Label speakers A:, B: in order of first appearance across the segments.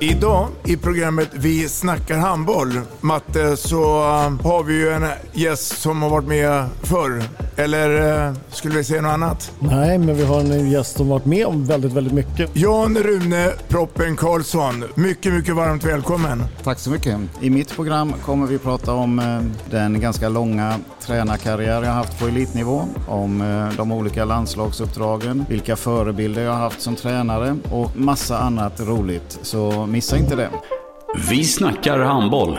A: Idag i programmet Vi snackar handboll, Matte, så eh, har vi ju en gäst som har varit med förr. Eller eh, skulle vi säga något annat?
B: Nej, men vi har en gäst som varit med om väldigt, väldigt mycket.
A: Jan Rune Proppen Karlsson, mycket, mycket varmt välkommen.
C: Tack så mycket. I mitt program kommer vi prata om eh, den ganska långa tränarkarriär jag haft på elitnivå, om eh, de olika landslagsuppdragen, vilka förebilder jag haft som tränare och massa annat roligt. Så missa inte det.
D: Vi snackar handboll.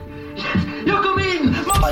E: Jag kom in! Mamma,